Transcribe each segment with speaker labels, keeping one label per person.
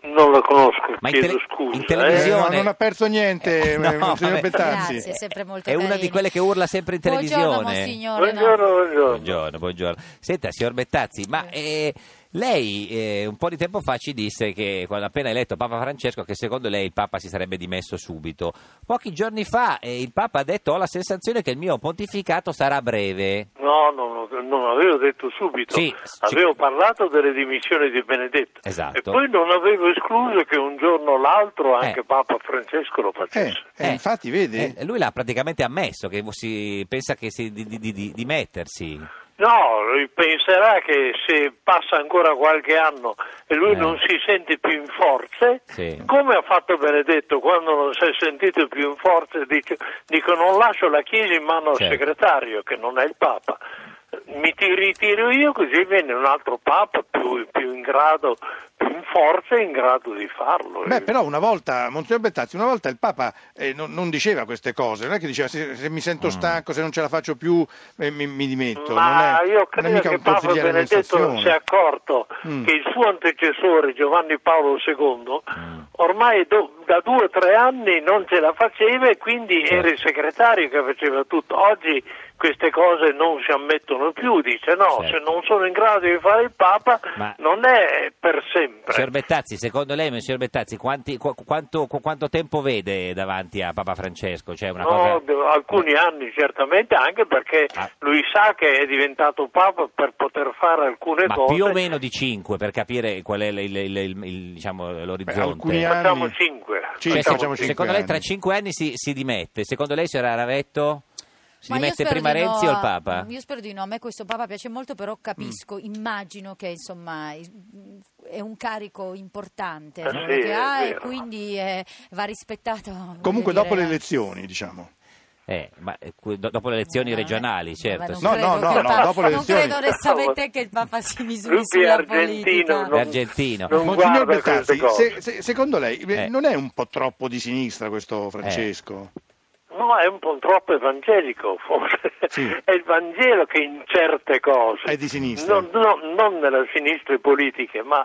Speaker 1: Non la conosco,
Speaker 2: Ma in
Speaker 1: chiedo
Speaker 2: tele-
Speaker 1: scusa.
Speaker 2: in
Speaker 1: eh.
Speaker 2: televisione-
Speaker 3: no, non ha perso niente,
Speaker 2: Eh, no,
Speaker 3: eh, signor
Speaker 2: vabbè.
Speaker 3: Bettazzi.
Speaker 4: Grazie, sempre molto
Speaker 2: È una
Speaker 4: carini.
Speaker 2: di quelle che urla sempre in televisione.
Speaker 4: Buongiorno, monsignore. no?
Speaker 1: Buongiorno, buongiorno.
Speaker 2: Buongiorno, buongiorno. Senta, signor Bettazzi, ma eh, lei eh, un po' di tempo fa ci disse che, quando appena eletto Papa Francesco, che secondo lei il Papa si sarebbe dimesso subito. Pochi giorni fa eh, il Papa ha detto: Ho la sensazione che il mio pontificato sarà breve.
Speaker 1: No, non, lo- non avevo detto subito,
Speaker 2: Sì, ci-
Speaker 1: avevo parlato delle dimissioni di Benedetto
Speaker 2: Esatto.
Speaker 1: e poi non avevo escluso che un giorno o l'altro anche
Speaker 2: Eh.
Speaker 1: Papa Francesco lo
Speaker 3: Eh,
Speaker 1: facesse.
Speaker 3: eh,
Speaker 2: Eh,
Speaker 3: infatti, vedi?
Speaker 2: eh, lui l'ha praticamente ammesso che si pensa che si, di, di- di- di- di mettersi.
Speaker 1: No, lui penserà che se passa ancora qualche anno e lui
Speaker 2: Eh.
Speaker 1: non si sente più in forze,
Speaker 2: Sì.
Speaker 1: come ha fatto Benedetto quando non si è sentito più in forze, dice, dico non lascio la Chiesa in mano al
Speaker 2: Certo.
Speaker 1: segretario che non è il Papa, mi ti ritiro io così viene un altro Papa più, più in grado, più in forza e in grado di farlo.
Speaker 3: Beh, però una volta, Monsignor Bettazzi, una volta il Papa eh, non, non diceva queste cose, non è che diceva se, se mi
Speaker 2: Mm.
Speaker 3: sento stanco, se non ce la faccio più eh, mi, mi dimetto.
Speaker 1: Ma
Speaker 3: non è,
Speaker 1: io
Speaker 3: non è
Speaker 1: credo
Speaker 3: mica
Speaker 1: che
Speaker 3: un
Speaker 1: Papa
Speaker 3: consigliere
Speaker 1: Benedetto non
Speaker 3: amministrazione.
Speaker 1: si è accorto
Speaker 3: Mm.
Speaker 1: che il suo antecessore Giovanni Paolo II ormai do- da due o tre anni non ce la faceva e quindi era il segretario che faceva tutto. Oggi queste cose non si ammettono più, dice no,
Speaker 2: Certo.
Speaker 1: se non sono in grado di fare il Papa
Speaker 2: Ma- Certo,
Speaker 1: non è per sempre.
Speaker 2: Signor Bettazzi, secondo lei, Monsignor Bettazzi, quanti- qu- quanto, qu- quanto tempo vede davanti a Papa Francesco? Cioè, una
Speaker 1: No,
Speaker 2: cosa-
Speaker 1: de- alcuni anni certamente anche perché
Speaker 2: Ah.
Speaker 1: lui sa che è diventato Papa per poter fare alcune
Speaker 2: Ma
Speaker 1: cose
Speaker 2: più o meno di 5 per capire qual è il, il- il- il- il- diciamo, l'orizzonte.
Speaker 3: Beh, alcuni anni.
Speaker 1: Facciamo cinque.
Speaker 3: Sì,
Speaker 2: Cioè,
Speaker 3: facciamo
Speaker 2: secondo-
Speaker 3: cinque
Speaker 2: secondo lei tra
Speaker 3: anni.
Speaker 2: 5 anni si, si dimette? Secondo lei, signora Ravetto, si
Speaker 4: Ma io
Speaker 2: dimette
Speaker 4: spero
Speaker 2: prima
Speaker 4: di no,
Speaker 2: Renzi o il
Speaker 4: a-
Speaker 2: Papa? Mm.
Speaker 4: Io spero di no, a me questo Papa piace molto, però capisco, immagino che insomma i- mm, è un carico importante
Speaker 1: Eh
Speaker 4: quello
Speaker 1: sì,
Speaker 4: che
Speaker 1: è
Speaker 4: ha e
Speaker 1: vero.
Speaker 4: quindi eh, va rispettato. voglio
Speaker 3: Comunque,
Speaker 4: dire,
Speaker 3: dopo le
Speaker 4: eh.
Speaker 3: elezioni, diciamo.
Speaker 2: Eh, ma, eh, que- do- dopo le elezioni
Speaker 4: Ma non è-
Speaker 2: regionali,
Speaker 4: ma
Speaker 2: certo.
Speaker 4: non
Speaker 2: sì.
Speaker 3: No,
Speaker 4: credo
Speaker 3: no, no,
Speaker 4: che il
Speaker 3: no,
Speaker 4: Papa-
Speaker 3: dopo le elezioni.
Speaker 4: Non credo onestamente che il Papa si misuri
Speaker 1: Lupi
Speaker 4: sulla
Speaker 1: argentino,
Speaker 4: politica.
Speaker 1: non,
Speaker 2: Argentino.
Speaker 1: non
Speaker 3: Monsignor
Speaker 1: guarda queste
Speaker 3: Bettazzi,
Speaker 1: cose.
Speaker 3: se- se- secondo lei eh,
Speaker 2: Eh.
Speaker 3: non è un po' troppo di sinistra questo Francesco?
Speaker 1: No, è un po' troppo evangelico, forse.
Speaker 3: Sì.
Speaker 1: È il Vangelo che in certe cose.
Speaker 3: È di sinistra.
Speaker 1: Non, no, non nella sinistra politica, ma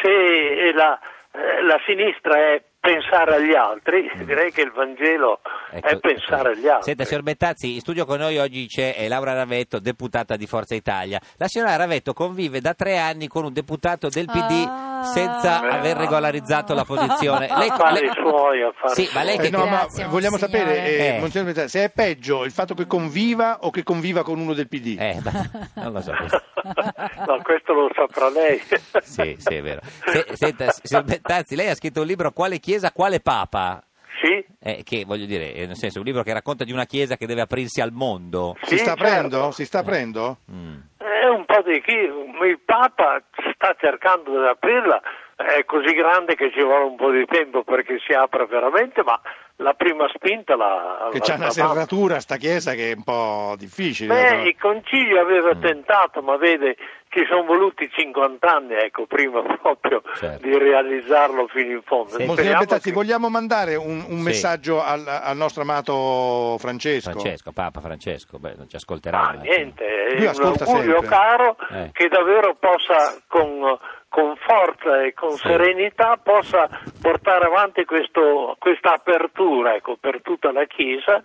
Speaker 1: se la, eh, la sinistra è pensare agli altri, direi che il Vangelo è
Speaker 2: Mm. Ecco,
Speaker 1: pensare
Speaker 2: ecco.
Speaker 1: agli altri.
Speaker 2: Senta, signor Bettazzi, in studio con noi oggi c'è eh, Laura Ravetto, deputata di Forza Italia. La signora Ravetto convive da tre anni con un deputato del PD
Speaker 4: Ah.
Speaker 2: senza
Speaker 1: Ah.
Speaker 2: aver regolarizzato la posizione.
Speaker 1: Affari suoi, affari
Speaker 2: Sì, ma lei
Speaker 1: suoi.
Speaker 2: che...
Speaker 3: Eh, no,
Speaker 4: Grazie,
Speaker 3: ma vogliamo
Speaker 4: signore.
Speaker 3: sapere, eh,
Speaker 2: Eh.
Speaker 3: Monsignor Bettazzi, se è peggio il fatto che conviva o che conviva con uno del PD?
Speaker 2: Eh, ma- non lo so. questo.
Speaker 1: no, questo lo saprà lei.
Speaker 2: Sì, sì, è vero. Se- senta, signor Bettazzi, lei ha scritto un libro Quale Chiesa, quale Papa?
Speaker 1: Sì?
Speaker 2: Eh, che voglio dire, eh, nel senso, un libro che racconta di una chiesa che deve aprirsi al mondo.
Speaker 3: Si
Speaker 1: Sì,
Speaker 3: sta
Speaker 1: certo.
Speaker 3: aprendo? Si sta
Speaker 2: Eh.
Speaker 3: aprendo?
Speaker 2: Mm.
Speaker 1: È un po' di chi il Papa sta cercando di aprirla, è così grande che ci vuole un po' di tempo perché si apra veramente, ma la prima spinta la...
Speaker 3: Che
Speaker 1: la-
Speaker 3: c'ha una
Speaker 1: la-
Speaker 3: serratura sta chiesa che è un po' difficile. da
Speaker 1: Beh,
Speaker 3: trovare.
Speaker 1: il Concilio aveva
Speaker 3: Mm.
Speaker 1: tentato, ma vede, ci sono voluti 50 anni, ecco, prima proprio
Speaker 2: Certo.
Speaker 1: di realizzarlo fino in fondo.
Speaker 2: Sì.
Speaker 3: Monsignor
Speaker 1: Speriamo
Speaker 3: Bettazzi,
Speaker 1: che-
Speaker 3: vogliamo mandare un, un
Speaker 2: Sì.
Speaker 3: messaggio al, al nostro amato Francesco?
Speaker 2: Francesco, Papa Francesco, beh, non ci ascolterà. eh.
Speaker 1: Ah,
Speaker 2: ma-
Speaker 1: niente,
Speaker 3: Lui
Speaker 1: è un
Speaker 3: ascolta
Speaker 1: augurio
Speaker 3: sempre.
Speaker 1: caro
Speaker 2: Eh.
Speaker 1: che davvero possa con, con forza e con
Speaker 2: Sì.
Speaker 1: serenità possa portare avanti questo- questa apertura ecco, per tutta la Chiesa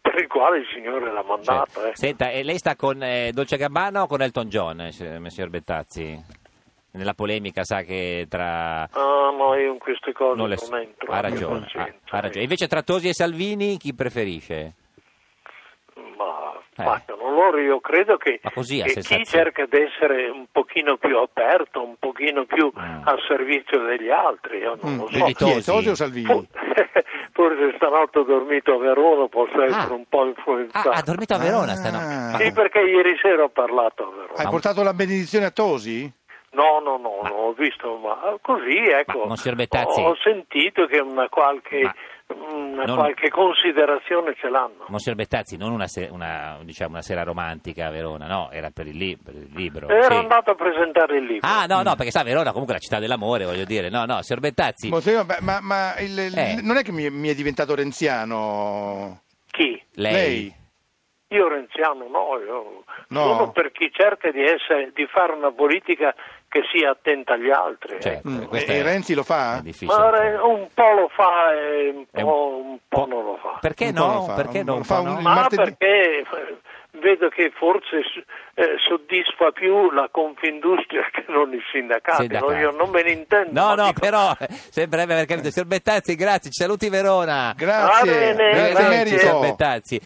Speaker 1: per il quale il Signore l'ha
Speaker 2: Cioè,
Speaker 1: mandato. eh.
Speaker 2: Senta, e lei sta con eh, Dolce Gabbana o con Elton John, eh, signor signor Bettazzi? Nella polemica, sa che tra...
Speaker 1: Ah, no, io in queste cose
Speaker 2: non
Speaker 1: non,
Speaker 2: le so.
Speaker 1: entro. eh,
Speaker 2: ha
Speaker 1: non
Speaker 2: ragione,
Speaker 1: ci
Speaker 2: ha,
Speaker 1: entro,
Speaker 2: ha ragione. E
Speaker 1: eh.
Speaker 2: Invece tra Tosi e Salvini chi preferisce?
Speaker 1: Ma
Speaker 2: Eh.
Speaker 1: facciano loro, io credo che,
Speaker 2: Ma così, a
Speaker 1: che
Speaker 2: sensazione.
Speaker 1: chi cerca di essere un pochino più aperto, un pochino più
Speaker 2: Mm.
Speaker 1: al servizio degli altri, io non
Speaker 3: Mm,
Speaker 1: lo so.
Speaker 3: e chi è,
Speaker 2: Tosi.
Speaker 3: Tosi o
Speaker 1: Fo-
Speaker 3: Salvini?
Speaker 1: Forse stanotte ho dormito a Verona, posso
Speaker 2: Ah.
Speaker 1: essere un po'
Speaker 2: Ah,
Speaker 1: influenzato.
Speaker 2: ha dormito a Verona Ah.
Speaker 3: Ah.
Speaker 2: stanotte.
Speaker 1: Sì, perché ieri sera ho parlato a Verona.
Speaker 3: Hai portato la benedizione a Tosi?
Speaker 1: No, no, no, non ho visto, ma così, ecco.
Speaker 2: Ma, monsignor Bettazzi-
Speaker 1: ho, ho sentito che una qualche
Speaker 2: Ma-
Speaker 1: una
Speaker 2: Non-
Speaker 1: qualche considerazione ce l'hanno.
Speaker 2: Monsignor Bettazzi, non una, se- una, diciamo, una sera romantica a Verona, no, era per il, li- per il libro.
Speaker 1: Era
Speaker 2: sì.
Speaker 1: andato a presentare il libro.
Speaker 2: Ah, no, no, perché sa, Verona comunque è la città dell'amore, voglio dire. No, no, signor Bettazzi,
Speaker 3: Monsignor, beh, ma, ma il- il-
Speaker 2: Eh.
Speaker 3: non è che mi, mi è diventato renziano
Speaker 1: Chi?
Speaker 2: lei... Eh,
Speaker 1: Io renziano no, io
Speaker 3: No.
Speaker 1: sono per chi cerca di, essere, di fare una politica che sia attenta agli altri. ecco.
Speaker 2: Certo,
Speaker 3: Mm,
Speaker 2: questo
Speaker 3: e-
Speaker 2: è-
Speaker 3: e Renzi lo fa?
Speaker 2: è difficile.
Speaker 1: Ma re- un po' lo fa e un
Speaker 2: È
Speaker 1: po', un po' non lo fa.
Speaker 2: Perché
Speaker 3: Un po'
Speaker 2: no?
Speaker 3: lo fa,
Speaker 2: Perché
Speaker 3: un-
Speaker 2: no? Un
Speaker 3: fa
Speaker 2: po'
Speaker 3: un-
Speaker 2: no?
Speaker 3: il
Speaker 1: Ma
Speaker 3: martedì-
Speaker 1: perché eh, vedo che forse s- eh, soddisfa più la Confindustria che non i sindacati. no?
Speaker 2: Sindacati.
Speaker 1: Io non me ne intendo.
Speaker 2: No,
Speaker 1: ma
Speaker 2: no,
Speaker 1: dico-
Speaker 2: però eh, sembrerebbe aver capito. Signor Bettazzi, grazie, ci saluti Verona.
Speaker 3: Grazie,
Speaker 1: Va bene,
Speaker 3: grazie,
Speaker 1: grazie.
Speaker 2: Arrivederci,
Speaker 3: merito.
Speaker 2: signor Bettazzi.